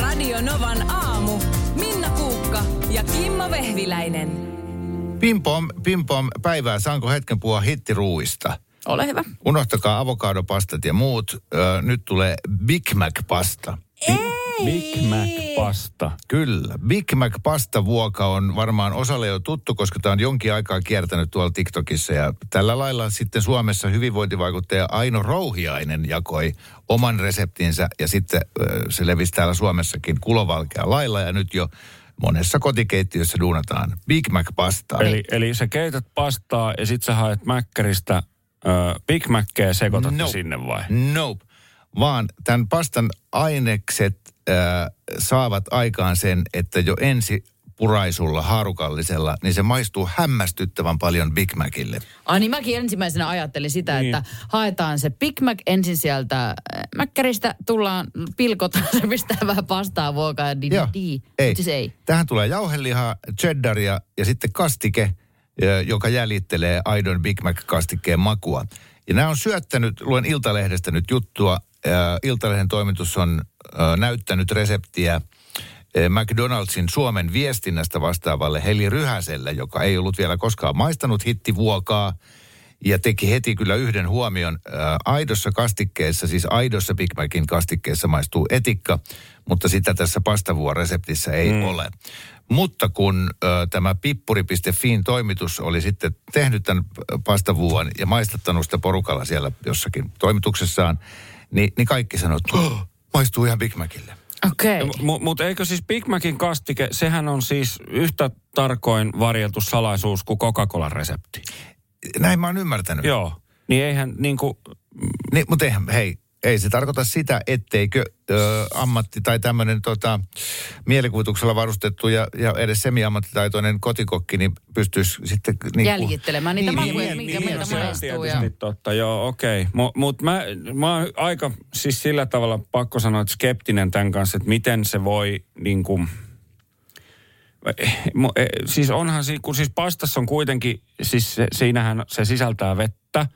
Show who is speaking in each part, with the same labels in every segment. Speaker 1: Radio Novan aamu. Minna Kuukka ja Kimmo Vehviläinen.
Speaker 2: Pimpom, pimpom, päivää. Saanko hetken puhua hittiruuista?
Speaker 3: Ole hyvä.
Speaker 2: Unohtakaa avokadopastat ja muut. Ö, nyt tulee Big Mac-pasta.
Speaker 3: Ei.
Speaker 4: Big Mac pasta.
Speaker 2: Kyllä. Big Mac pastavuoka on varmaan osalle jo tuttu, koska tämä on jonkin aikaa kiertänyt tuolla TikTokissa. Ja tällä lailla sitten Suomessa hyvinvointivaikuttaja Aino Rouhiainen jakoi oman reseptinsä ja sitten ö, se levisi täällä Suomessakin kulovalkea lailla ja nyt jo monessa kotikeittiössä duunataan Big Mac pastaa.
Speaker 4: Eli, eli sä keität pastaa ja sit sä haet Mäkkäristä ö, Big Mackeä ja sekoitat no.
Speaker 2: No.
Speaker 4: sinne vai?
Speaker 2: Nope. Vaan tämän pastan ainekset äh, saavat aikaan sen, että jo ensi puraisulla, haarukallisella, niin se maistuu hämmästyttävän paljon Big Macille.
Speaker 3: Ai niin mäkin ensimmäisenä ajattelin sitä, niin. että haetaan se Big Mac ensin sieltä äh, Mäkkäristä, tullaan pilkotaan, se pistää vähän pastaa vuokaa ja di, di,
Speaker 2: Joo.
Speaker 3: di. Mut
Speaker 2: Ei.
Speaker 3: Siis ei.
Speaker 2: Tähän tulee jauhelihaa, cheddaria ja sitten kastike, ö, joka jäljittelee aidon Big Mac-kastikkeen makua. Ja nämä on syöttänyt, luen Iltalehdestä nyt juttua, ö, Iltalehden toimitus on ö, näyttänyt reseptiä ö, McDonaldsin Suomen viestinnästä vastaavalle Heli Ryhäselle, joka ei ollut vielä koskaan maistanut hittivuokaa ja teki heti kyllä yhden huomion. Ää, aidossa kastikkeessa, siis aidossa Big Macin kastikkeessa maistuu etikka, mutta sitä tässä pastavuoreseptissä ei mm. ole. Mutta kun ö, tämä pippuri.fin toimitus oli sitten tehnyt tämän äh, pastavuon ja maistattanut sitä porukalla siellä jossakin toimituksessaan, niin, niin kaikki sanoivat, että oh, maistuu ihan Big Macille. No,
Speaker 3: Okei. Niin
Speaker 2: niin
Speaker 3: Okay.
Speaker 4: Mutta mut eikö siis Big Macin kastike, sehän on siis yhtä tarkoin varjeltu salaisuus kuin Coca-Colan resepti.
Speaker 2: Näin mä oon ymmärtänyt.
Speaker 4: Joo. Niin eihän niinku,
Speaker 2: Niin, mutta eihän, hei, ei se tarkoita sitä, etteikö ö, ammatti tai tämmöinen tota, mielikuvituksella varustettu ja, ja edes semiammattitaitoinen kotikokki niin pystyisi sitten... Niin
Speaker 3: Jäljittelemään niitä
Speaker 2: Niin,
Speaker 3: makuja,
Speaker 2: niin,
Speaker 3: niin, minkä
Speaker 2: niin,
Speaker 3: miltä
Speaker 2: no se on
Speaker 3: maistuu. Ja...
Speaker 4: tietysti totta, joo, okei. Okay. Mutta mä, mä oon aika siis sillä tavalla pakko sanoa, että skeptinen tämän kanssa, että miten se voi niin kuin... Siis onhan, si- kun siis pastassa on kuitenkin, siis se, siinähän se sisältää vettä,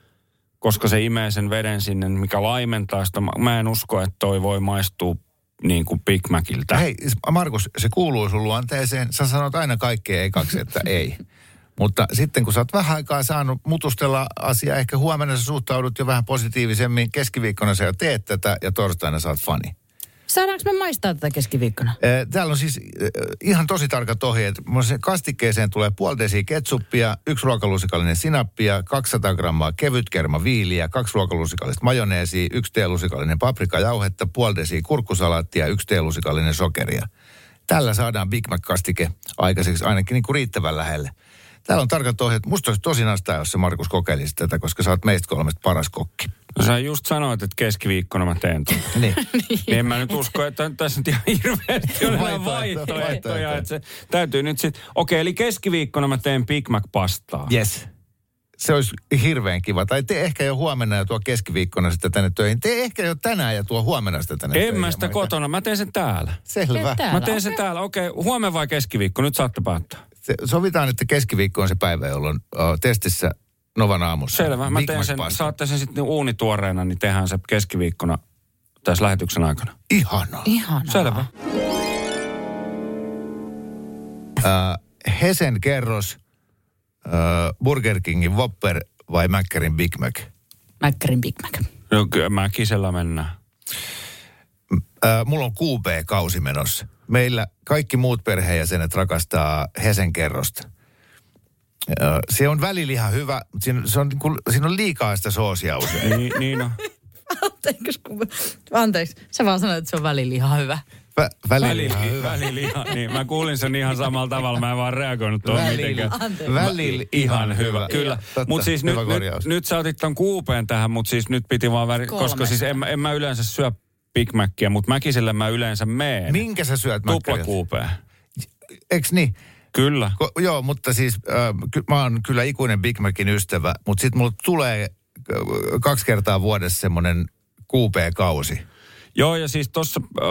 Speaker 4: koska se imee sen veden sinne, mikä laimentaa sitä. Mä- Mä en usko, että toi voi maistua niin kuin Big Maciltä.
Speaker 2: Hei, Markus, se kuuluu sun luonteeseen. Sä sanot aina kaikkea ekaksi, että ei. Mutta sitten kun sä oot vähän aikaa saanut mutustella asiaa, ehkä huomenna sä suhtaudut jo vähän positiivisemmin, keskiviikkona sä jo teet tätä ja torstaina sä oot fani.
Speaker 3: Saadaanko me maistaa tätä keskiviikkona?
Speaker 2: Ee, Täällä on siis eh, ihan tosi tarkat ohjeet. Mun se Kastikkeeseen tulee puoli desiä ketsuppia, yksi ruokalusikallinen sinappia, 200 grammaa kevytkermaviiliä, kaksi ruokalusikallista majoneesia, yksi teelusikallinen paprikajauhetta, puoli desiä kurkkusalaattia, yksi teelusikallinen sokeria. Tällä saadaan Big Mac-kastike aikaiseksi ainakin niin kuin riittävän lähelle. Täällä on tarkat ohjeet. Musta olisi tosi nastaa, jos se Markus kokeilisi tätä, koska sä oot meistä kolmesta paras kokki.
Speaker 4: No sä just sanoit, että keskiviikkona mä teen ton.
Speaker 2: Niin.
Speaker 4: Niin en mä nyt usko, että tässä nyt ihan hirveästi on enää
Speaker 2: Vaihtoehtoja.
Speaker 4: vaihtoehtoja. Että se täytyy nyt sitten... Okei, eli keskiviikkona mä teen Big Mac-pastaa.
Speaker 2: Yes. Se olisi hirveän kiva. Tai te ehkä jo huomenna ja tuo keskiviikkona sitä tänne töihin. Te ehkä jo tänään ja tuo huomenna sitä tänne
Speaker 4: En
Speaker 2: töihin.
Speaker 4: mä sitä kotona, mä teen sen täällä.
Speaker 2: Selvä.
Speaker 3: Tää.
Speaker 4: Mä
Speaker 3: Täällä,
Speaker 4: teen sen täällä. Okei, huomenna vai keskiviikko? Nyt saatte päättää.
Speaker 2: Se, sovitaan, että keskiviikko on se päivä, jolloin o, testissä Novan aamussa.
Speaker 4: Selvä, mä
Speaker 2: Big
Speaker 4: teen
Speaker 2: Mac
Speaker 4: sen.
Speaker 2: pasta.
Speaker 4: Saatte sen sitten uunituoreena, niin tehdään se keskiviikkona tässä lähetyksen aikana.
Speaker 2: Ihanaa.
Speaker 3: Ihanaa.
Speaker 4: Selvä.
Speaker 2: Hesen kerros, ö, Burger Kingin Whopper vai Mäkkärin Big Mac?
Speaker 3: Mäkkärin Big Mac.
Speaker 4: No kyllä mä kisellä mennään.
Speaker 2: Ö, mulla on QB-kausi menossa. Meillä kaikki muut perheenjäsenet rakastaa Hesen kerrosta. Ö, se on välilihan hyvä, mutta siinä, se on, niin kuin- siinä on liikaa sitä soosia usein.
Speaker 4: Niin, niin on.
Speaker 3: Anteeksi, kun- Anteeksi, sä vaan sanoit, että se on välillä ihan hyvä.
Speaker 2: Vä, välillä.
Speaker 4: Väliliha, väliliha. Niin, mä kuulin sen ihan samalla tavalla, mä en vaan reagoinut tuohon mitenkään.
Speaker 3: Anteeksi.
Speaker 2: välillä
Speaker 4: Ihan hyvä, kyllä.
Speaker 2: Totta,
Speaker 4: Mutta siis nyt,
Speaker 2: hyvä
Speaker 4: nyt,
Speaker 2: korjaus.
Speaker 4: nyt sä otit ton kuupeen tähän, mutta siis nyt piti vaan väri,
Speaker 3: Kolme.
Speaker 4: koska siis en, mä- en mä yleensä syö Big Mackiä, mutta Mäkisellä mä yleensä meen.
Speaker 2: Minkä sä syöt
Speaker 4: Tupla
Speaker 2: mäkkäriä?
Speaker 4: kuupeen.
Speaker 2: Eiks niin?
Speaker 4: Kyllä.
Speaker 2: Ko, joo, mutta siis äh, ky, mä oon kyllä ikuinen Big Macin ystävä, mutta sit mulla tulee äh, kaksi kertaa vuodessa semmonen QP-kausi.
Speaker 4: Joo, ja siis tuossa äh,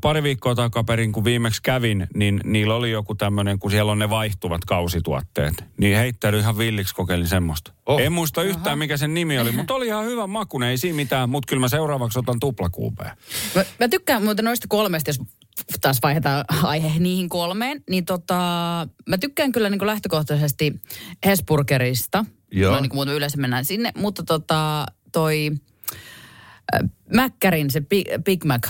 Speaker 4: pari viikkoa takaperin, kun viimeksi kävin, niin niillä oli joku tämmöinen, kun siellä on ne vaihtuvat kausituotteet. Niin heittäydy ihan villiksi, kokeilin semmoista.
Speaker 2: Oh.
Speaker 4: Oh. En muista yhtään, mikä sen nimi oli, mutta oli ihan hyvä makune, ei siinä mitään. Mutta kyllä mä seuraavaksi otan tuplakuupeen.
Speaker 3: Mä, mä tykkään muuten noista kolmesta, jos taas vaihdetaan aihe niihin kolmeen, niin tota, mä tykkään kyllä niin kuin lähtökohtaisesti Hesburgerista.
Speaker 2: Joo.
Speaker 3: No niin kuin muuten yleensä mennään sinne, mutta tota, toi äh, Mäkkärin se Big, Big Mac,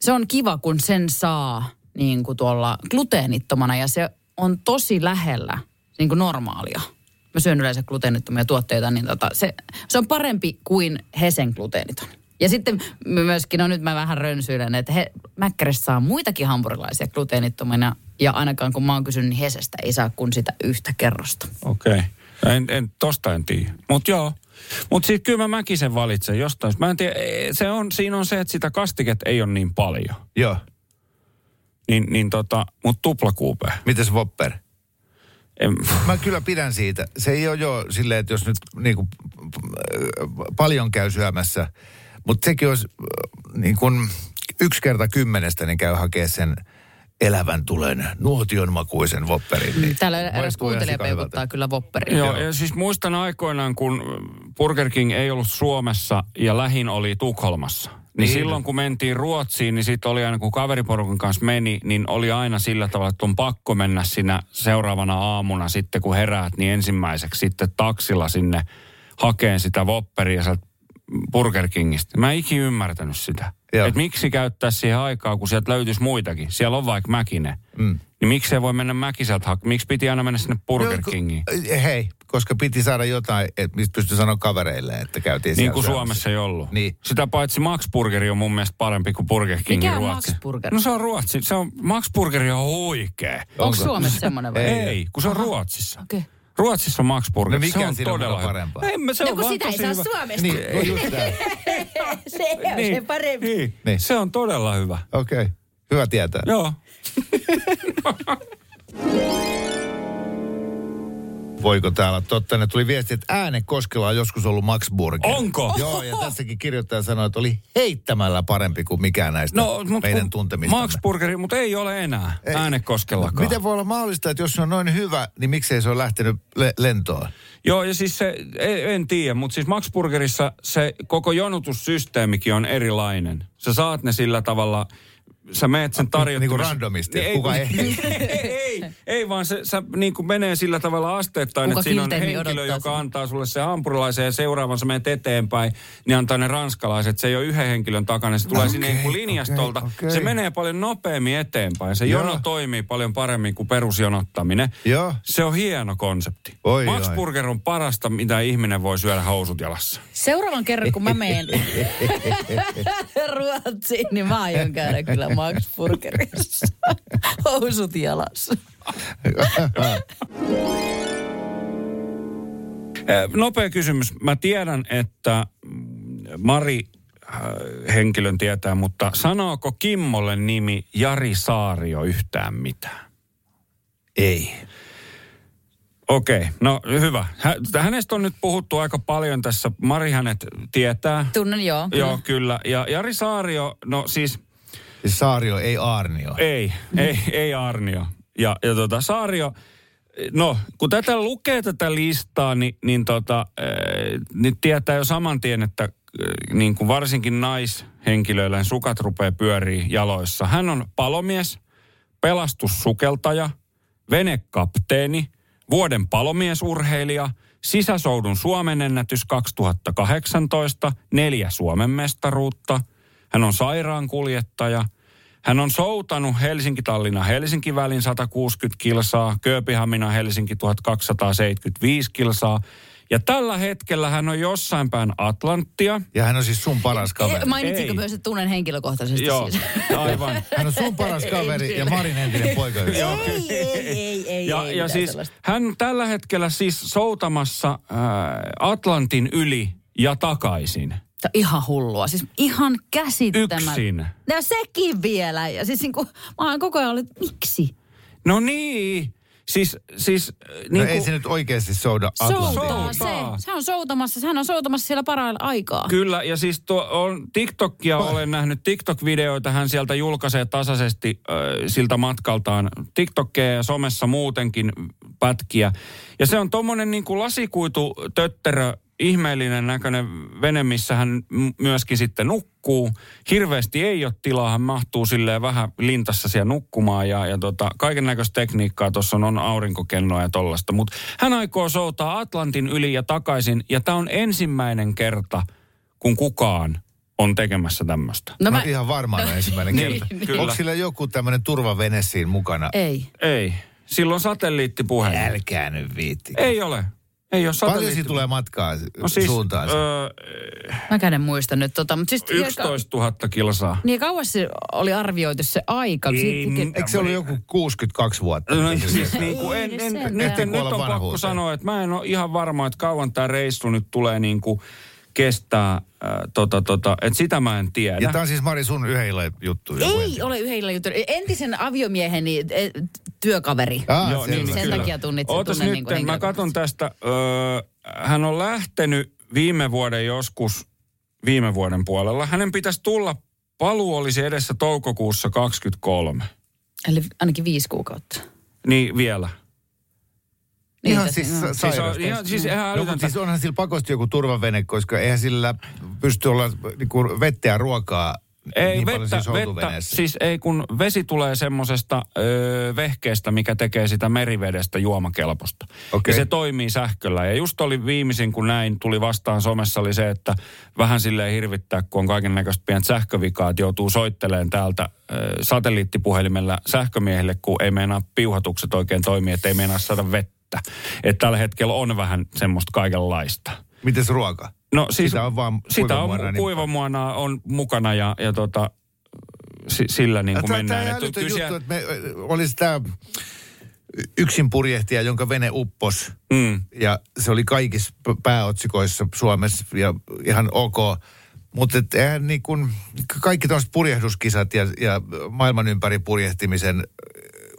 Speaker 3: se on kiva, kun sen saa niin kuin tuolla gluteenittomana ja se on tosi lähellä niin kuin normaalia. Mä syön yleensä gluteenittomia tuotteita, niin tota, se, se on parempi kuin Hesen gluteeniton. Ja sitten my- myöskin, no nyt mä vähän rönsyilen, että he, Mäkkärissä saa muitakin hampurilaisia gluteenittomina. Ja ainakaan kun mä oon kysynyt, niin Hesestä ei saa kuin sitä yhtä kerrosta.
Speaker 4: Okei. Okay. En, en, tosta en tiedä. Mutta joo. Mutta sitten kyllä mä mäkin sen valitsen jostain. syystä. Mä en tiedä, eh, se on, siinä on se, että sitä kastiket ei ole niin paljon.
Speaker 2: Joo.
Speaker 4: Niin, niin tota, mutta tuplakuupe.
Speaker 2: Mites Whopper?
Speaker 4: En,
Speaker 2: Mä kyllä pidän siitä. Se ei ole jo silleen, että jos nyt niin kuin, paljon käy syömässä, mutta sekin olisi äh, niin kuin, yksi kerta kymmenestä, niin käy hakea sen elävän tulen, nuotion makuisen Whopperin. Niin
Speaker 3: Täällä eräs
Speaker 2: maistuu ihan
Speaker 3: kuuntelija
Speaker 2: sikahyvältä.
Speaker 3: peukuttaa kyllä vopperia.
Speaker 4: joo, ja siis muistan aikoinaan, kun Burger King ei ollut Suomessa ja lähin oli Tukholmassa. Niin,
Speaker 2: Niin.
Speaker 4: niin silloin kun mentiin Ruotsiin, niin sitten oli aina, kun kaveriporukan kanssa meni, niin oli aina sillä tavalla, että on pakko mennä sinä seuraavana aamuna sitten, kun heräät, niin ensimmäiseksi sitten taksilla sinne hakeen sitä Whopperia sieltä Burger Kingistä. Mä en ikin ymmärtänyt sitä.
Speaker 2: Joo.
Speaker 4: Että miksi käyttää siihen aikaa, kun sieltä löytyisi muitakin. Siellä on vaikka Mäkinen. Mm. Niin miksei voi mennä Mäkiseltä hakemaan? Miksi piti aina mennä sinne Burger
Speaker 2: No, ku-
Speaker 4: Kingiin?
Speaker 2: Hei, koska piti saada jotain, et, mistä pystyi sanoa kavereille, että käytiin
Speaker 4: Niin
Speaker 2: siellä
Speaker 4: kuin
Speaker 2: syömässä.
Speaker 4: Suomessa ei ollut.
Speaker 2: Niin.
Speaker 4: Sitä paitsi Max Burgeri on mun mielestä parempi kuin Burger King
Speaker 3: Mikä on
Speaker 4: Ruotsi.
Speaker 3: Max Burger?
Speaker 4: No se on Ruotsi. Se on, Max Burgeri on huikea.
Speaker 3: Onko Suomessa semmoinen vai?
Speaker 4: Ei, ei kun se on Ruotsissa.
Speaker 3: Okei.
Speaker 4: Ruotsissa on Max Burger.
Speaker 2: No mikä
Speaker 4: se on
Speaker 2: siinä on
Speaker 4: todella
Speaker 2: muuta parempaa?
Speaker 4: Ei, mä- se
Speaker 3: No
Speaker 4: on
Speaker 3: kun
Speaker 4: vaan
Speaker 3: sitä ei
Speaker 4: tosi
Speaker 3: saa
Speaker 4: hyvä.
Speaker 3: Suomesta.
Speaker 2: Niin, no just näin.
Speaker 3: Se on
Speaker 4: Niin.
Speaker 3: se parempi.
Speaker 4: Niin.
Speaker 2: Niin.
Speaker 4: niin. Se on todella hyvä.
Speaker 2: Okei, okay. hyvä tietää.
Speaker 4: Joo.
Speaker 2: Voiko täällä olla totta? Ne tuli viesti, että Äänekoskella on joskus ollut Max Burger.
Speaker 4: Onko?
Speaker 2: Joo, ja tässäkin kirjoittaja sanoi, että oli heittämällä parempi kuin mikään näistä no,
Speaker 4: mut
Speaker 2: meidän
Speaker 4: kun
Speaker 2: tuntemista.
Speaker 4: Max Burgeri, mutta ei ole enää ei. äänekoskellakaan.
Speaker 2: Miten voi olla mahdollista, että jos se on noin hyvä, niin miksei se ole lähtenyt le- lentoon?
Speaker 4: Joo, ja siis se, e- en tiedä, mutta siis Max Burgerissa se koko jonotussysteemikin on erilainen. Sä saat ne sillä tavalla, sä meet sen tarjottimen.
Speaker 2: niinku randomisti,
Speaker 4: ei,
Speaker 2: kuka
Speaker 4: kun-
Speaker 2: ei.
Speaker 4: ei, ei, ei, vaan se, sä niin kuin menee sillä tavalla asteittain,
Speaker 3: Kuka
Speaker 4: että siinä on
Speaker 3: kilteimmin
Speaker 4: henkilö,
Speaker 3: odottaa
Speaker 4: joka
Speaker 3: sitä.
Speaker 4: antaa sulle se hampurilaisen ja seuraavan sä menet eteenpäin, niin antaa ne ranskalaiset. Se ei ole yhden henkilön takana, se tulee
Speaker 2: Okei,
Speaker 4: okay, sinne niin kuin
Speaker 2: okei,
Speaker 4: linjastolta. Okay,
Speaker 2: okei.
Speaker 4: okay. Se menee paljon nopeammin eteenpäin. Se
Speaker 2: Joo.
Speaker 4: jono toimii paljon paremmin kuin perusjonottaminen.
Speaker 2: Joo.
Speaker 4: Se on hieno konsepti.
Speaker 2: Oi,
Speaker 4: Max
Speaker 2: oi.
Speaker 4: Burger on parasta, mitä ihminen voi syödä housut jalassa.
Speaker 3: Seuraavan kerran, kun mä menen Ruotsiin, niin mä aion käydä kyllä Max Burgerissa. Housut jalassa.
Speaker 4: Eh, Nopea kysymys. Mä tiedän, että Mari äh, henkilön tietää, mutta sanooko Kimmolle nimi Jari Saario yhtään mitään?
Speaker 2: Ei.
Speaker 4: Okei, okay, no hyvä. Hä, hänestä on nyt puhuttu aika paljon tässä. Mari hänet tietää.
Speaker 3: Tunnen joo.
Speaker 4: Joo, kyllä. Ja Jari Saario, no siis
Speaker 2: Siis Saario ei Aarnio.
Speaker 4: Ei, ei, ei Arnio. Ja, ja tota, Saario, no kun tätä lukee tätä listaa, niin, niin, tota, eh, niin tietää jo saman tien, että eh, niin kuin varsinkin naishenkilöillä niin sukat rupeaa pyörii jaloissa. Hän on palomies, pelastussukeltaja, venekapteeni, vuoden palomiesurheilija, sisäsoudun Suomen ennätys 2018, neljä Suomen mestaruutta. Hän on sairaankuljettaja. Hän on soutanut Helsinki-Tallinna-Helsinki-välin 160 kilsaa, Kööpihamina-Helsinki 1275 kilsaa. Ja tällä hetkellä hän on jossain päin Atlanttia.
Speaker 2: Ja hän on siis sun paras kaveri.
Speaker 3: E, mainitsinko
Speaker 4: Ei.
Speaker 3: myös, että tunnen henkilökohtaisesti
Speaker 4: Joo,
Speaker 3: siis?
Speaker 4: aivan.
Speaker 2: Hän on sun paras kaveri ja Marin entinen poika.
Speaker 3: Ei, ei, ei, ei,
Speaker 4: ja,
Speaker 3: ei
Speaker 4: ja
Speaker 3: mitään
Speaker 4: siis
Speaker 3: sellaista.
Speaker 4: hän on tällä hetkellä siis soutamassa ää, Atlantin yli ja takaisin.
Speaker 3: Tää on ihan hullua. Siis ihan käsittämättä.
Speaker 4: Yksin.
Speaker 3: Ja sekin vielä. Ja siis niin kuin, mä oon koko ajan ollut, että miksi?
Speaker 4: No niin, siis, siis äh, niin
Speaker 2: No
Speaker 4: kuin,
Speaker 2: ei se nyt oikeasti souda Atlantia.
Speaker 3: Soutaa se.
Speaker 4: Soutaa.
Speaker 3: Se on soutamassa. Sehän on soutamassa siellä parhailla aikaa.
Speaker 4: Kyllä, ja siis tuo on TikTokia olen nähnyt, TikTok-videoita hän sieltä julkaisee tasaisesti äh, siltä matkaltaan. TikTokkeja ja somessa muutenkin pätkiä. Ja se on tommonen niin kuin niinku lasikuitu tötterö ihmeellinen näköinen vene, missä hän m- myöskin sitten nukkuu. Hirveästi ei ole tilaa, hän mahtuu silleen vähän lintassa siellä nukkumaan ja, ja tota, kaiken näköistä tekniikkaa tuossa on, on aurinkokennoa ja tollasta. Mutta hän aikoo soutaa Atlantin yli ja takaisin ja tämä on ensimmäinen kerta, kun kukaan on tekemässä tämmöistä.
Speaker 2: No, mä... ihan varmaan ensimmäinen
Speaker 4: Niin,
Speaker 2: kerta.
Speaker 4: kyllä.
Speaker 2: Onko sillä joku tämmöinen turvavene siinä mukana?
Speaker 3: Ei.
Speaker 4: Ei. Silloin satelliittipuhelin.
Speaker 2: Älkää nyt viitti.
Speaker 4: Ei ole. Ei ole
Speaker 2: Paljon
Speaker 4: satelliitti.
Speaker 2: siitä tulee matkaa no siis, suuntaan? Ö...
Speaker 4: Öö,
Speaker 3: Mäkään en muista nyt tota, mutta siis...
Speaker 4: 11 000 kilsaa.
Speaker 3: Niin kauas se oli arvioitu se aika. Siis-
Speaker 4: Ei
Speaker 3: Siitä-
Speaker 4: mitään.
Speaker 2: Eikö se ollut joku 62 vuotta?
Speaker 4: No, siis niin kuin en, en,
Speaker 3: Ei
Speaker 4: en,
Speaker 3: sentään.
Speaker 4: nyt, nyt
Speaker 2: Kuolla
Speaker 4: on pakko
Speaker 2: vanhuuteen.
Speaker 4: sanoa, että mä en ole ihan varma, että kauan tämä reissu nyt tulee niin kuin kestää. Äh, tota, tota, että sitä mä en tiedä.
Speaker 2: Ja tämä on siis Mari sun yhden illan juttu. joku
Speaker 3: Ei ole yhdellä jutulla. Entisen aviomieheni eh, työkaveri.
Speaker 2: Ah,
Speaker 4: Joo,
Speaker 2: selvä.
Speaker 4: niin,
Speaker 3: Sen
Speaker 4: kyllä.
Speaker 3: takia tunnit-
Speaker 4: Ootas
Speaker 3: tunnen
Speaker 4: nyt,
Speaker 3: niinku
Speaker 4: mä
Speaker 3: henkilökohtaisesti.
Speaker 4: katson tästä. Öö, hän on lähtenyt viime vuoden joskus, viime vuoden puolella. Hänen pitäisi tulla, paluu olisi edessä toukokuussa 23.
Speaker 3: Eli ainakin viisi kuukautta.
Speaker 4: Niin vielä.
Speaker 2: Ihan
Speaker 3: tässä-
Speaker 2: siis
Speaker 3: joo.
Speaker 2: sa-
Speaker 4: Siis,
Speaker 2: sairasta.
Speaker 4: on, ihan, siis ihan
Speaker 2: No, mutta
Speaker 4: älytöntä.
Speaker 2: siis onhan sillä pakosti joku turvavene, koska eihän sillä pysty olla niinku vettä ja ruokaa
Speaker 4: Ei,
Speaker 2: niin paljon
Speaker 4: vettä,
Speaker 2: siis
Speaker 4: vettä,
Speaker 2: soutuveneessä.
Speaker 4: siis ei kun vesi tulee semmoisesta öö, vehkeestä, mikä tekee sitä merivedestä juomakelpoista.
Speaker 2: Okei.
Speaker 4: Ja se toimii sähköllä. Ja just oli viimeisin, kun näin tuli vastaan somessa, oli se, että vähän silleen hirvittää, kun on kaiken näköistä pientä sähkövikaa, että joutuu soitteleen täältä öö, satelliittipuhelimella sähkömiehille, kun ei meinaa piuhatukset oikein toimii, että ei meinaa saada vettä. Että tällä hetkellä on vähän semmoista kaikenlaista.
Speaker 2: Mites ruoka?
Speaker 4: No siis
Speaker 2: Sitä on vaan
Speaker 4: sitä on
Speaker 2: kuivamuodolla niin
Speaker 4: kuivamuona on mukana ja, ja tota, si- sillä niin kuin
Speaker 2: Tämä
Speaker 4: mennään.
Speaker 2: on
Speaker 4: Et
Speaker 2: älytön
Speaker 4: kyllä
Speaker 2: juttu,
Speaker 4: siellä-
Speaker 2: että me olisi tämä yksin purjehtija, jonka vene uppos.
Speaker 4: Mm.
Speaker 2: Ja se oli kaikissa p- pääotsikoissa Suomessa ja ihan ok. Mutta eihän niin kun, k- kaikki tuollaiset purjehduskisat ja, ja maailman ympäri purjehtimisen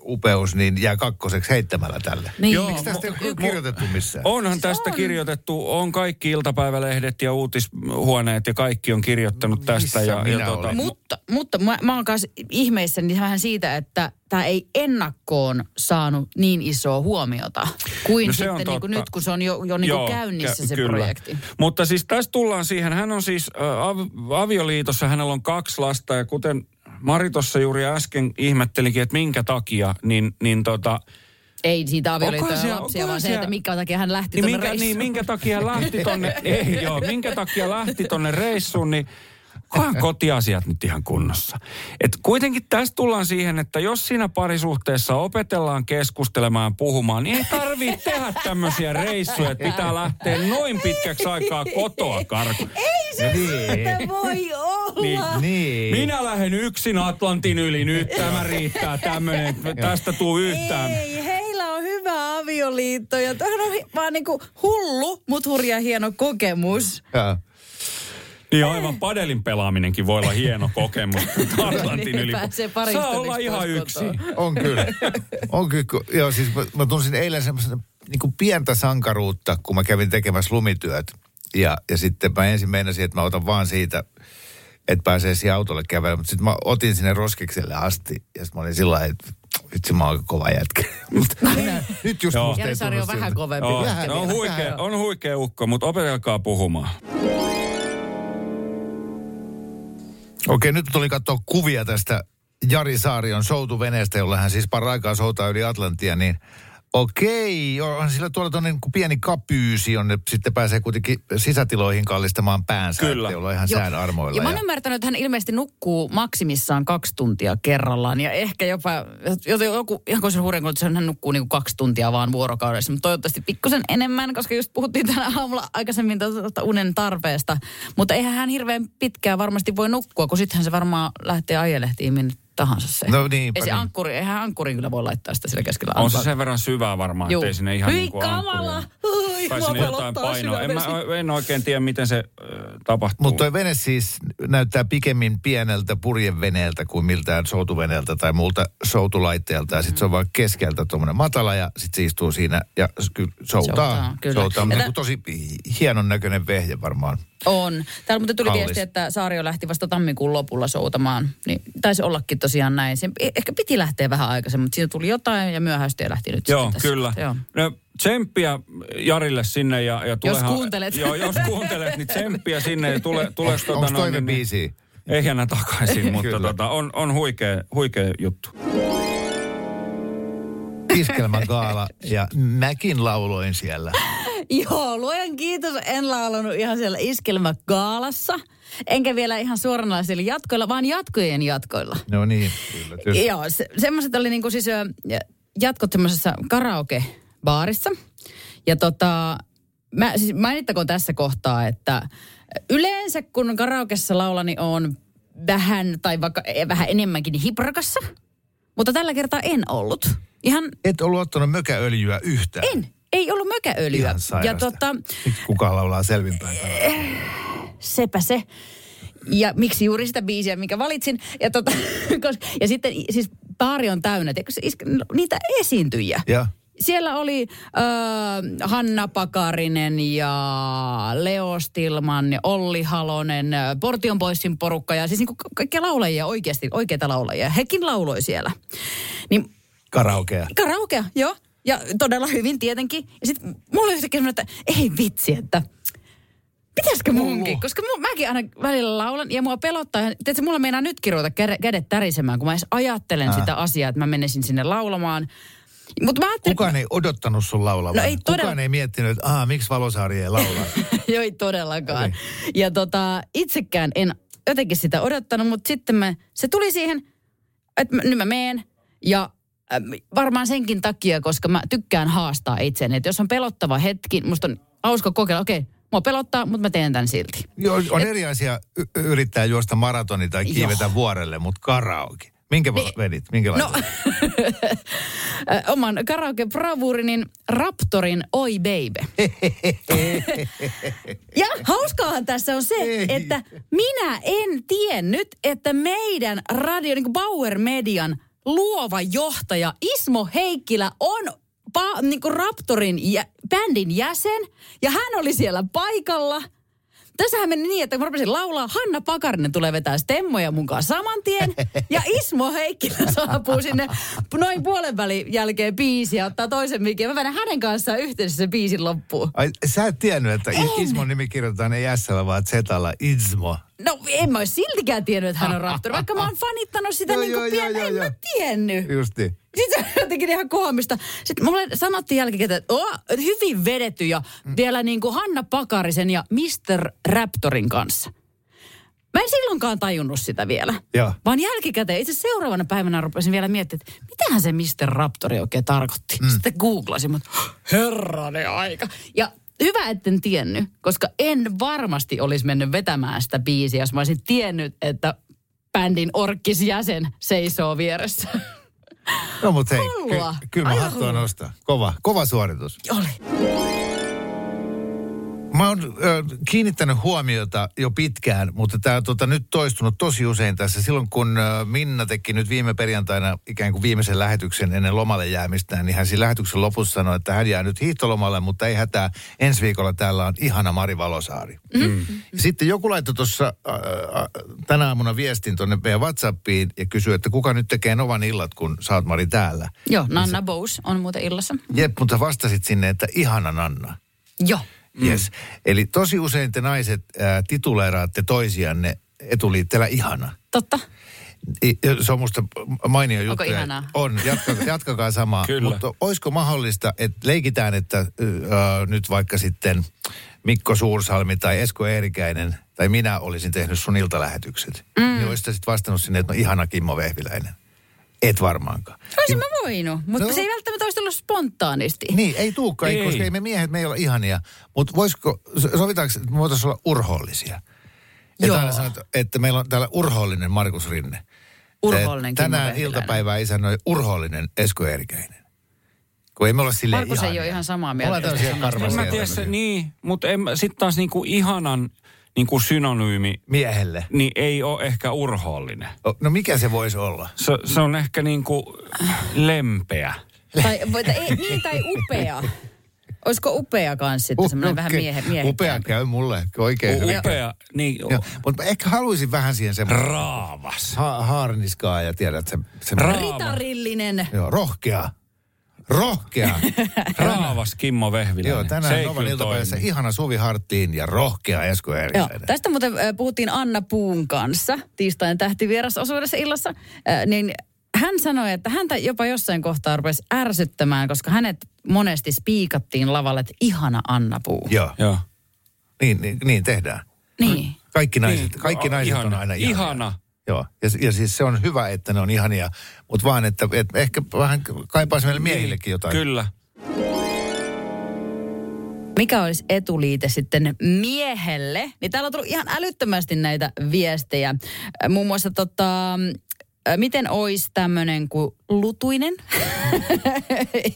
Speaker 2: upeus, niin jää kakkoseksi heittämällä tälle.
Speaker 3: Niin.
Speaker 4: Joo,
Speaker 2: Miksi tästä ei
Speaker 4: mu-
Speaker 2: ole kirjoitettu missään?
Speaker 3: Siis
Speaker 4: Onhan tästä kirjoitettu, on kaikki iltapäivälehdet ja uutishuoneet ja kaikki on kirjoittanut tästä.
Speaker 2: No, Missä
Speaker 4: ja, ja
Speaker 2: minä
Speaker 4: tota,
Speaker 2: olen?
Speaker 3: Mutta, mutta mä, mä oon kanssa ihmeissäni vähän siitä, että tämä ei ennakkoon saanut niin isoa huomiota kuin
Speaker 4: No
Speaker 3: no
Speaker 4: se on
Speaker 3: sitten niin kuin
Speaker 4: totta.
Speaker 3: nyt, kun se on jo, jo niin kuin käynnissä
Speaker 4: kä-
Speaker 3: se projekti.
Speaker 4: Mutta siis tässä tullaan siihen, hän on siis äh, av- avioliitossa, hänellä on kaksi lasta ja kuten Mari tuossa juuri äsken ihmettelikin, että minkä takia, niin, niin tota,
Speaker 3: Ei siitä
Speaker 4: Onkohan
Speaker 3: avioliitosta
Speaker 4: siellä-
Speaker 3: ja lapsia,
Speaker 4: onkohan
Speaker 3: vaan se,
Speaker 4: siellä-
Speaker 3: että minkä takia hän lähti
Speaker 4: niin
Speaker 3: tuonne
Speaker 4: minkä,
Speaker 3: reissuun.
Speaker 4: niin minkä takia lähti tonne, ei joo, minkä takia lähti tonne reissuun, niin onkohan kotiasiat nyt ihan kunnossa. Et kuitenkin tässä tullaan siihen, että jos siinä parisuhteessa opetellaan keskustelemaan, puhumaan, niin ei tarvitse tehdä tämmöisiä reissuja, että pitää lähteä noin pitkäksi aikaa kotoa karkuun.
Speaker 2: Niin.
Speaker 3: voi olla!
Speaker 4: Niin,
Speaker 2: niin.
Speaker 4: minä lähden yksin Atlantin yli nyt, tämä riittää tämmöinen, tästä tuu yhtään.
Speaker 3: Ei, heillä on hyvä avioliitto ja tämähän on hi- vaan niinku hullu, mutta hurja hieno kokemus.
Speaker 2: Ja.
Speaker 4: Niin aivan padelin pelaaminenkin voi olla hieno kokemus Atlantin yli.
Speaker 3: Niin, pääsee parista
Speaker 4: Saa olla
Speaker 3: yksi
Speaker 4: ihan
Speaker 3: pois kotoa.
Speaker 4: yksin.
Speaker 2: On kyllä. On kyllä. kun- Joo, siis mä, mä tunsin eilen semmoista niin pientä sankaruutta, kun mä kävin tekemässä lumityöt. Ja, ja sitten mä ensin meinasin, että mä otan vaan siitä, että pääsee siihen autolle kävelemään. Mutta sitten mä otin sinne roskikselle asti. Ja sitten mä olin sillä lailla, että vitsi mä oon aika kova jätkä. Mutta nyt just
Speaker 4: Joo.
Speaker 2: musta ei
Speaker 3: Järisari on
Speaker 2: tunnu
Speaker 3: vähän
Speaker 2: siltä.
Speaker 3: kovempi.
Speaker 4: Joo,
Speaker 2: Vähän
Speaker 4: no on,
Speaker 2: vielä,
Speaker 4: huikea,
Speaker 2: vähän.
Speaker 4: on huikea ukko, mutta opetelkaa puhumaan.
Speaker 2: Okei, nyt tuli katsoa kuvia tästä Jari Saarion soutuveneestä, jolla hän siis paraikaa soutaa yli Atlantia, niin okei, on sillä tuolla tuonne niin kuin pieni kapyysi, jonne sitten pääsee kuitenkin sisätiloihin kallistamaan päänsä,
Speaker 4: Kyllä.
Speaker 2: ettei olla ihan
Speaker 3: Joo.
Speaker 2: sään armoilla.
Speaker 3: Ja mä oon
Speaker 2: ja-
Speaker 3: ymmärtänyt, että hän ilmeisesti nukkuu maksimissaan kaksi tuntia kerrallaan ja ehkä jopa, joten joku, ihan kuin se hurjan kun se on, hän nukkuu niinku kaksi tuntia vaan vuorokaudessa, mutta toivottavasti pikkusen enemmän, koska just puhuttiin tänä aamulla aikaisemmin tuosta unen tarpeesta. Mutta eihän hän hirveän pitkään varmasti voi nukkua, kun sittenhän se varmaan lähtee ajelehtiin minne tahansa se.
Speaker 2: No niinpä
Speaker 3: Ei se
Speaker 2: niin.
Speaker 3: ankkuri, eihän ankkuriin kyllä voi laittaa sitä sillä keskellä.
Speaker 4: On se
Speaker 3: antaa.
Speaker 4: sen verran syvää varmaan,
Speaker 3: Juu.
Speaker 4: ettei sinne ihan
Speaker 3: Hyi,
Speaker 4: niin kuin
Speaker 3: kamala! Ui,
Speaker 4: Tai
Speaker 3: mua
Speaker 4: sinne jotain
Speaker 3: pelottaa
Speaker 4: painoa. En, mä,
Speaker 3: syvävesi.
Speaker 4: en oikein tiedä, miten se äh, tapahtuu.
Speaker 2: Mutta toi vene siis näyttää pikemmin pieneltä purjeveneeltä kuin miltään soutuveneeltä tai muulta soutulaitteelta. Ja sitten se on vaan keskeltä tuommoinen matala ja sitten se istuu siinä ja s- ky- soutaa.
Speaker 3: Soutaa, kyllä.
Speaker 2: soutaa. Mutta
Speaker 3: Ja tä-
Speaker 2: niinku tosi hienon näköinen vehje varmaan.
Speaker 3: On. Täällä muuten tuli
Speaker 2: Kallis.
Speaker 3: viesti, että Saario lähti vasta tammikuun lopulla soutamaan. Niin, taisi ollakin tosiaan e- näin. Sen, eh- ehkä piti lähteä vähän aikaisemmin, mutta siinä tuli jotain ja myöhäisesti ja lähti nyt
Speaker 4: Joo,
Speaker 3: sitten tässä.
Speaker 4: kyllä.
Speaker 3: Joo.
Speaker 4: No, tsemppiä Jarille sinne ja, ja tulehan,
Speaker 3: kuuntelet.
Speaker 4: Joo, jos kuuntelet, niin tsemppiä sinne ja tule, tule
Speaker 2: Onko tota toinen
Speaker 4: niin-
Speaker 2: biisi?
Speaker 4: Ehjänä takaisin, mutta
Speaker 2: Kyllä.
Speaker 4: tota, on, on huikea, huikea juttu.
Speaker 2: Iskelmägaala ja mäkin lauloin siellä.
Speaker 3: Joo, luojan kiitos. En laulanut ihan siellä iskelmäkaalassa. Enkä vielä ihan suoranaisilla jatkoilla, vaan jatkojen jatkoilla.
Speaker 2: No niin, kyllä. Tietysti.
Speaker 3: Joo, se, semmoiset oli niinku siis ö, jatkot semmoisessa karaoke-baarissa. Ja tota, mä, siis mainittakoon tässä kohtaa, että yleensä kun karaokessa laulani on vähän tai vaikka eh, vähän enemmänkin hiprakassa, mutta tällä kertaa en ollut. Ihan
Speaker 2: Et ollut ottanut mökäöljyä yhtään.
Speaker 3: en, ei ollut mökäöljyä.
Speaker 2: Ihan
Speaker 3: ja
Speaker 2: sairasta.
Speaker 3: tota,
Speaker 2: Miksi kukaan laulaa selvinpäin?
Speaker 3: sepä se. Ja miksi juuri sitä biisiä, minkä valitsin. Ja, tota, koska, ja sitten i- siis baari on täynnä, tiedätkö, se iske- no, niitä esiintyjiä.
Speaker 2: Ja
Speaker 3: Siellä oli äh, Hanna Pakarinen ja Leo Stilman, Olli Halonen, äh, Portion Boysin porukka ja siis niinku ka- kaikkia laulajia oikeasti, oikeita laulajia. Hekin lauloi siellä. Niin
Speaker 2: karaokea.
Speaker 3: Karaokea, joo. Ja todella hyvin tietenkin. Ja sitten mulla oli yhtäkkiä semmoinen, että ei vitsi, että pitäisikö munkin? Koska mu, mäkin aina välillä laulan ja mua pelottaa. ihan- Tiedätkö, mulla meinaa nytkin ruveta kä- kädet tärisemään, kun mä edes ajattelen sitä asiaa, että mä menisin sinne laulamaan. Mutta mä ajattelin,
Speaker 2: Kukaan ei odottanut sun laulavan.
Speaker 3: No ei
Speaker 2: Kukaan
Speaker 3: todella-
Speaker 2: ei miettinyt, että aah, miksi Valosaari ei laula.
Speaker 3: Joo, ei todellakaan. Ja tota, itsekään en jotenkin sitä odottanut, mutta sitten mä, se tuli siihen, että mä, nyt mä meen. Ja äm, varmaan senkin takia, koska mä tykkään haastaa itseni. Että jos on pelottava hetki, musta on hauska kokeilla, okei, mua pelottaa, mutta mä teen tämän silti.
Speaker 2: Joo, on eri asia y- y- yrittää juosta maratoni tai kiivetä
Speaker 3: Joo.
Speaker 2: vuorelle, mutta karaoke. Minkä niin, vedit? Minkälainen?
Speaker 3: No, Ö, oman karaoke bravuurinin Raptorin Oi Baby. ja hauskaahan tässä on se,
Speaker 2: Ei.
Speaker 3: että minä en tiennyt, että meidän radio, niin kuin Bauer Median luova johtaja Ismo Heikkilä on pa, niin kuin Raptorin jä, bändin jäsen. Ja hän oli siellä paikalla. Tässähän meni niin, että kun mä rupesin laulaa, Hanna Pakarinen tulee vetää stemmoja mukaan saman tien. Ja Ismo Heikkilä saapuu sinne noin puolen välin jälkeen biisiä, ottaa toisen mikin. Mä vedän hänen kanssaan yhteensä se biisin loppuun.
Speaker 2: Ai, sä et tiennyt, että en. Ismon nimi kirjoitetaan ei S, vaan Z, Ismo.
Speaker 3: No en mä olisi siltikään tiennyt, että hän on raptori, vaikka mä oon fanittanut sitä
Speaker 2: Joo,
Speaker 3: niin
Speaker 2: joo,
Speaker 3: kuin pian,
Speaker 2: joo,
Speaker 3: en
Speaker 2: joo,
Speaker 3: mä
Speaker 2: joo.
Speaker 3: tiennyt.
Speaker 2: Just niin.
Speaker 3: Sitten se on jotenkin ihan koomista. Sitten mulle sanottiin jälkikäteen, että oh, hyvin vedetty ja vielä niin kuin Hanna Pakarisen ja Mr. Raptorin kanssa. Mä en silloinkaan tajunnut sitä vielä.
Speaker 2: Joo.
Speaker 3: Vaan jälkikäteen, itse asiassa seuraavana päivänä rupesin vielä miettimään, että mitähän se Mr. Raptori oikein tarkoitti. Mm. Sitten googlasin, mutta herranen aika. Ja hyvä, etten tiennyt, koska en varmasti olisi mennyt vetämään sitä biisiä, jos mä olisin tiennyt, että bändin orkkisjäsen seisoo vieressä.
Speaker 2: No mut hei,
Speaker 3: Hullua.
Speaker 2: ky- kyllä mä
Speaker 3: Aivan
Speaker 2: hattua
Speaker 3: hullua.
Speaker 2: nostaa. Kova, kova suoritus.
Speaker 3: Oli.
Speaker 2: Mä oon ö, kiinnittänyt huomiota jo pitkään, mutta tämä on tota, nyt toistunut tosi usein tässä. Silloin kun ö, Minna teki nyt viime perjantaina ikään kuin viimeisen lähetyksen ennen lomalle jäämistään, niin hän siinä lähetyksen lopussa sanoi, että hän jää nyt hiihtolomalle, mutta ei hätää. Ensi viikolla täällä on ihana Mari Valosaari. Mm. Sitten joku laittoi tuossa ö, ö, tänä aamuna viestin tuonne meidän WhatsAppiin ja kysyi, että kuka nyt tekee Novan illat, kun sä oot Mari täällä.
Speaker 3: Joo, niin Nanna Bous on muuten illassa.
Speaker 2: Jep, mutta vastasit sinne, että ihana Nanna.
Speaker 3: Joo.
Speaker 2: Yes. Eli tosi usein te naiset ää, tituleeraatte toisianne etuliitteellä ihana.
Speaker 3: Totta.
Speaker 2: I- Se on musta mainio juttu. ja-
Speaker 3: ihanaa?
Speaker 2: On, jatka, jatkakaa samaa.
Speaker 4: Kyllä.
Speaker 2: Mutta olisiko mahdollista, että leikitään, että ää, nyt vaikka sitten Mikko Suursalmi tai Esko Eerikäinen tai minä olisin tehnyt sun iltalähetykset. Mm. Niin olisit sitten vastannut sinne, että no ihana Kimmo Vehviläinen. Et varmaankaan.
Speaker 3: Olisin mä voinut, mutta
Speaker 2: No.
Speaker 3: no. se ei välttämättä olisi tullut spontaanisti.
Speaker 2: Niin, ei tuukka, ei.
Speaker 4: Ei.
Speaker 2: koska ei me miehet, me ei olla ihania. Mutta voisiko, so- sovitaanko, että me voitaisiin olla urhoollisia? Ja
Speaker 3: Joo.
Speaker 2: täällä sanot, että meillä on täällä urhoollinen Markus Rinne.
Speaker 3: Urhoollinen
Speaker 2: Eh, Tänään
Speaker 3: Kimmo Vehviläinen.
Speaker 2: iltapäivää isännöi urhoollinen Esko Erikäinen. Kun ei me olla silleen
Speaker 3: Markus ei
Speaker 2: ihania.
Speaker 3: ole ihan samaa mieltä
Speaker 2: Ollaan
Speaker 3: tästä
Speaker 2: tämmöisiä
Speaker 4: En
Speaker 2: karvaisia.
Speaker 4: mä tiedä se,
Speaker 2: tämmöisiä.
Speaker 4: niin, mutta sitten taas niinku ihanan niinku synonyymi,
Speaker 2: Miehelle.
Speaker 4: niin ei ole ehkä urhoollinen.
Speaker 2: O, No mikä se voisi olla?
Speaker 4: Se, se on ehkä niinku lempeä.
Speaker 3: Tai, voi- tai, ei, niin, tai upea. Olisiko upea kanssa sitten, semmoinen
Speaker 2: Upea-
Speaker 3: vähän miehe, miehe.
Speaker 2: Upea käy mulle oikein hyvin.
Speaker 4: Upea, niin
Speaker 2: Mutta ehkä haluaisin vähän siihen semmoinen
Speaker 4: raavas.
Speaker 2: ha- haarniskaa ja tiedät se, se
Speaker 4: Ra-
Speaker 3: Ritarillinen.
Speaker 2: Joo, rohkea. Rohkea.
Speaker 4: Raavas Kimmo Vehviläinen. Niin.
Speaker 2: Joo,
Speaker 4: Se
Speaker 2: tänään
Speaker 4: ei
Speaker 2: Novan
Speaker 4: kyllä
Speaker 2: iltapäivässä
Speaker 4: toimi.
Speaker 2: ihana Suvi Harttiin ja rohkea Esko
Speaker 3: Joo,
Speaker 2: Eerikäinen.
Speaker 3: tästä muuten ö, puhuttiin Anna Puun kanssa tiistain tähtivierasosuudessa illassa, Ö, niin hän sanoi, että häntä jopa jossain kohtaa rupesi ärsyttämään, koska hänet monesti spiikattiin lavalle, että ihana Anna Puu.
Speaker 2: Joo,
Speaker 4: Joo.
Speaker 2: niin, niin, niin tehdään.
Speaker 3: Niin.
Speaker 2: Kaikki naiset,
Speaker 4: Niin,
Speaker 2: kaikki
Speaker 4: a-
Speaker 2: naiset on
Speaker 4: ihana,
Speaker 2: aina ihania.
Speaker 4: ihana.
Speaker 2: Joo, ja, s- ja siis se on hyvä, että ne on ihania, mutta vaan, että, että ehkä vähän kaipaisi meille miehillekin jotain.
Speaker 4: Niin. Kyllä.
Speaker 3: Mikä olisi etuliite sitten miehelle? Niin täällä on tullut ihan älyttömästi näitä viestejä. Ö, Muun muassa tota, ö, miten olisi tämmöinen kuin lutuinen?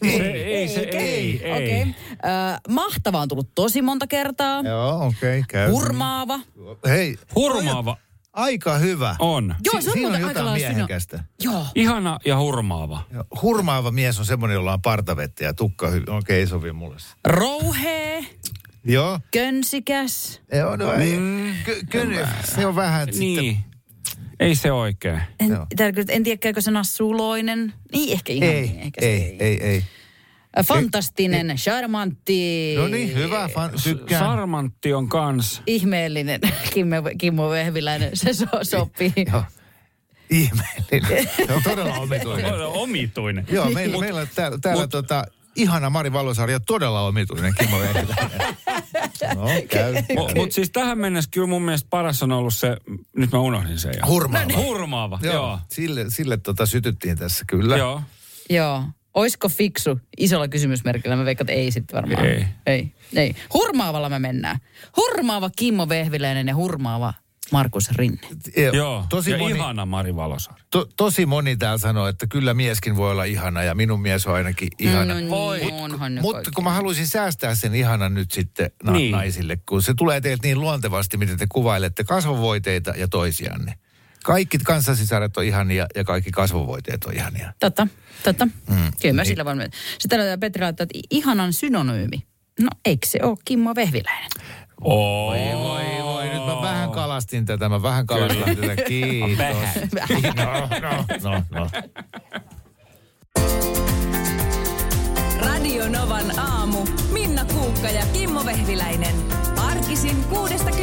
Speaker 4: Se, ei, se ei, ei.
Speaker 3: Okei. Okay. Mahtava on tullut tosi monta kertaa.
Speaker 2: Joo, okei, okay, käy.
Speaker 3: Hurmaava.
Speaker 2: Hei,
Speaker 4: Hurmaava
Speaker 2: aika hyvä.
Speaker 4: on.
Speaker 3: Joo, se on
Speaker 2: siinä
Speaker 3: muuten aika
Speaker 2: jotain
Speaker 3: lailla sinä-
Speaker 2: miehekästä.
Speaker 3: Joo.
Speaker 4: Ihana ja hurmaava.
Speaker 2: Joo, Hurmaava mies on semmoinen, jolla on partavettä ja tukka hyvin. Okei, ei sovi mulle. se.
Speaker 3: Rouhee,
Speaker 2: Joo.
Speaker 3: könsikäs.
Speaker 2: Joo, no ei. Ky- kyllä, se on vähän että
Speaker 4: Niin. Ei se oikein.
Speaker 3: En,
Speaker 2: Joo.
Speaker 3: täällä kyllä- en tiedä, käykö sana suloinen. Niin, ehkä ihan.
Speaker 2: sitten... Ei,
Speaker 3: ehkä se
Speaker 2: ei, ei, ei.
Speaker 3: Ä, Fantastinen, charmantti.
Speaker 2: No niin, hyvä, fan, tykkään.
Speaker 4: Sarmantti on kans.
Speaker 3: Ihmeellinen, Kimmo, Kimmo Vehviläinen, se so, sopii.
Speaker 2: Joo. Ihmeellinen. Se on todella omituinen.
Speaker 4: Omituinen.
Speaker 2: Joo, meillä, meillä on täällä, täällä tota, ihana Mari Valosaari ja todella omituinen Kimmo Vehviläinen. No, käy.
Speaker 4: Mutta mut siis tähän mennessä kyllä mun mielestä paras on ollut se, nyt mä unohdin sen jo.
Speaker 2: Hurmaava.
Speaker 4: Hurmaava,
Speaker 2: No niin.
Speaker 4: joo.
Speaker 2: Joo,
Speaker 4: joo.
Speaker 2: sille, sille tota sytyttiin tässä kyllä.
Speaker 4: Joo.
Speaker 3: Joo. Oisko fiksu? Isolla kysymysmerkillä. Mä veikkaan, että ei sitten varmaan.
Speaker 4: Ei.
Speaker 3: ei. Ei. Hurmaavalla me mennään. Hurmaava Kimmo Vehviläinen ja hurmaava Markus Rinne.
Speaker 2: Ja
Speaker 4: joo.
Speaker 2: Tosi,
Speaker 4: ja
Speaker 2: moni,
Speaker 4: ihana Mari Valosaari.
Speaker 2: to, tosi moni täällä sanoo, että kyllä mieskin voi olla ihana ja minun mies on ainakin ihana.
Speaker 3: No niin, onhan ne
Speaker 2: Mutta
Speaker 3: kaikki.
Speaker 2: kun mä haluaisin säästää sen ihanan nyt sitten na- niin.
Speaker 4: Niin.
Speaker 2: naisille, kun se tulee teiltä niin luontevasti, miten te kuvailette kasvovoiteita ja toisianne. Kaikki kanssasisaret on ihania ja kaikki kasvovoiteet on ihania.
Speaker 3: Totta, totta. Mm, Kyllä mä sillä voin mennä. Sitten täällä Petri laittaa, että ihanan synonyymi. No eikö se ole Kimmo Vehviläinen?
Speaker 4: Oi,
Speaker 2: Voi voi, nyt mä vähän kalastin tätä, mä vähän kalastin tätä. Kiitos. No, no, no, no.
Speaker 1: Radio Novan aamu. Minna Kuukka ja Kimmo Vehviläinen. Arkisin kuudesta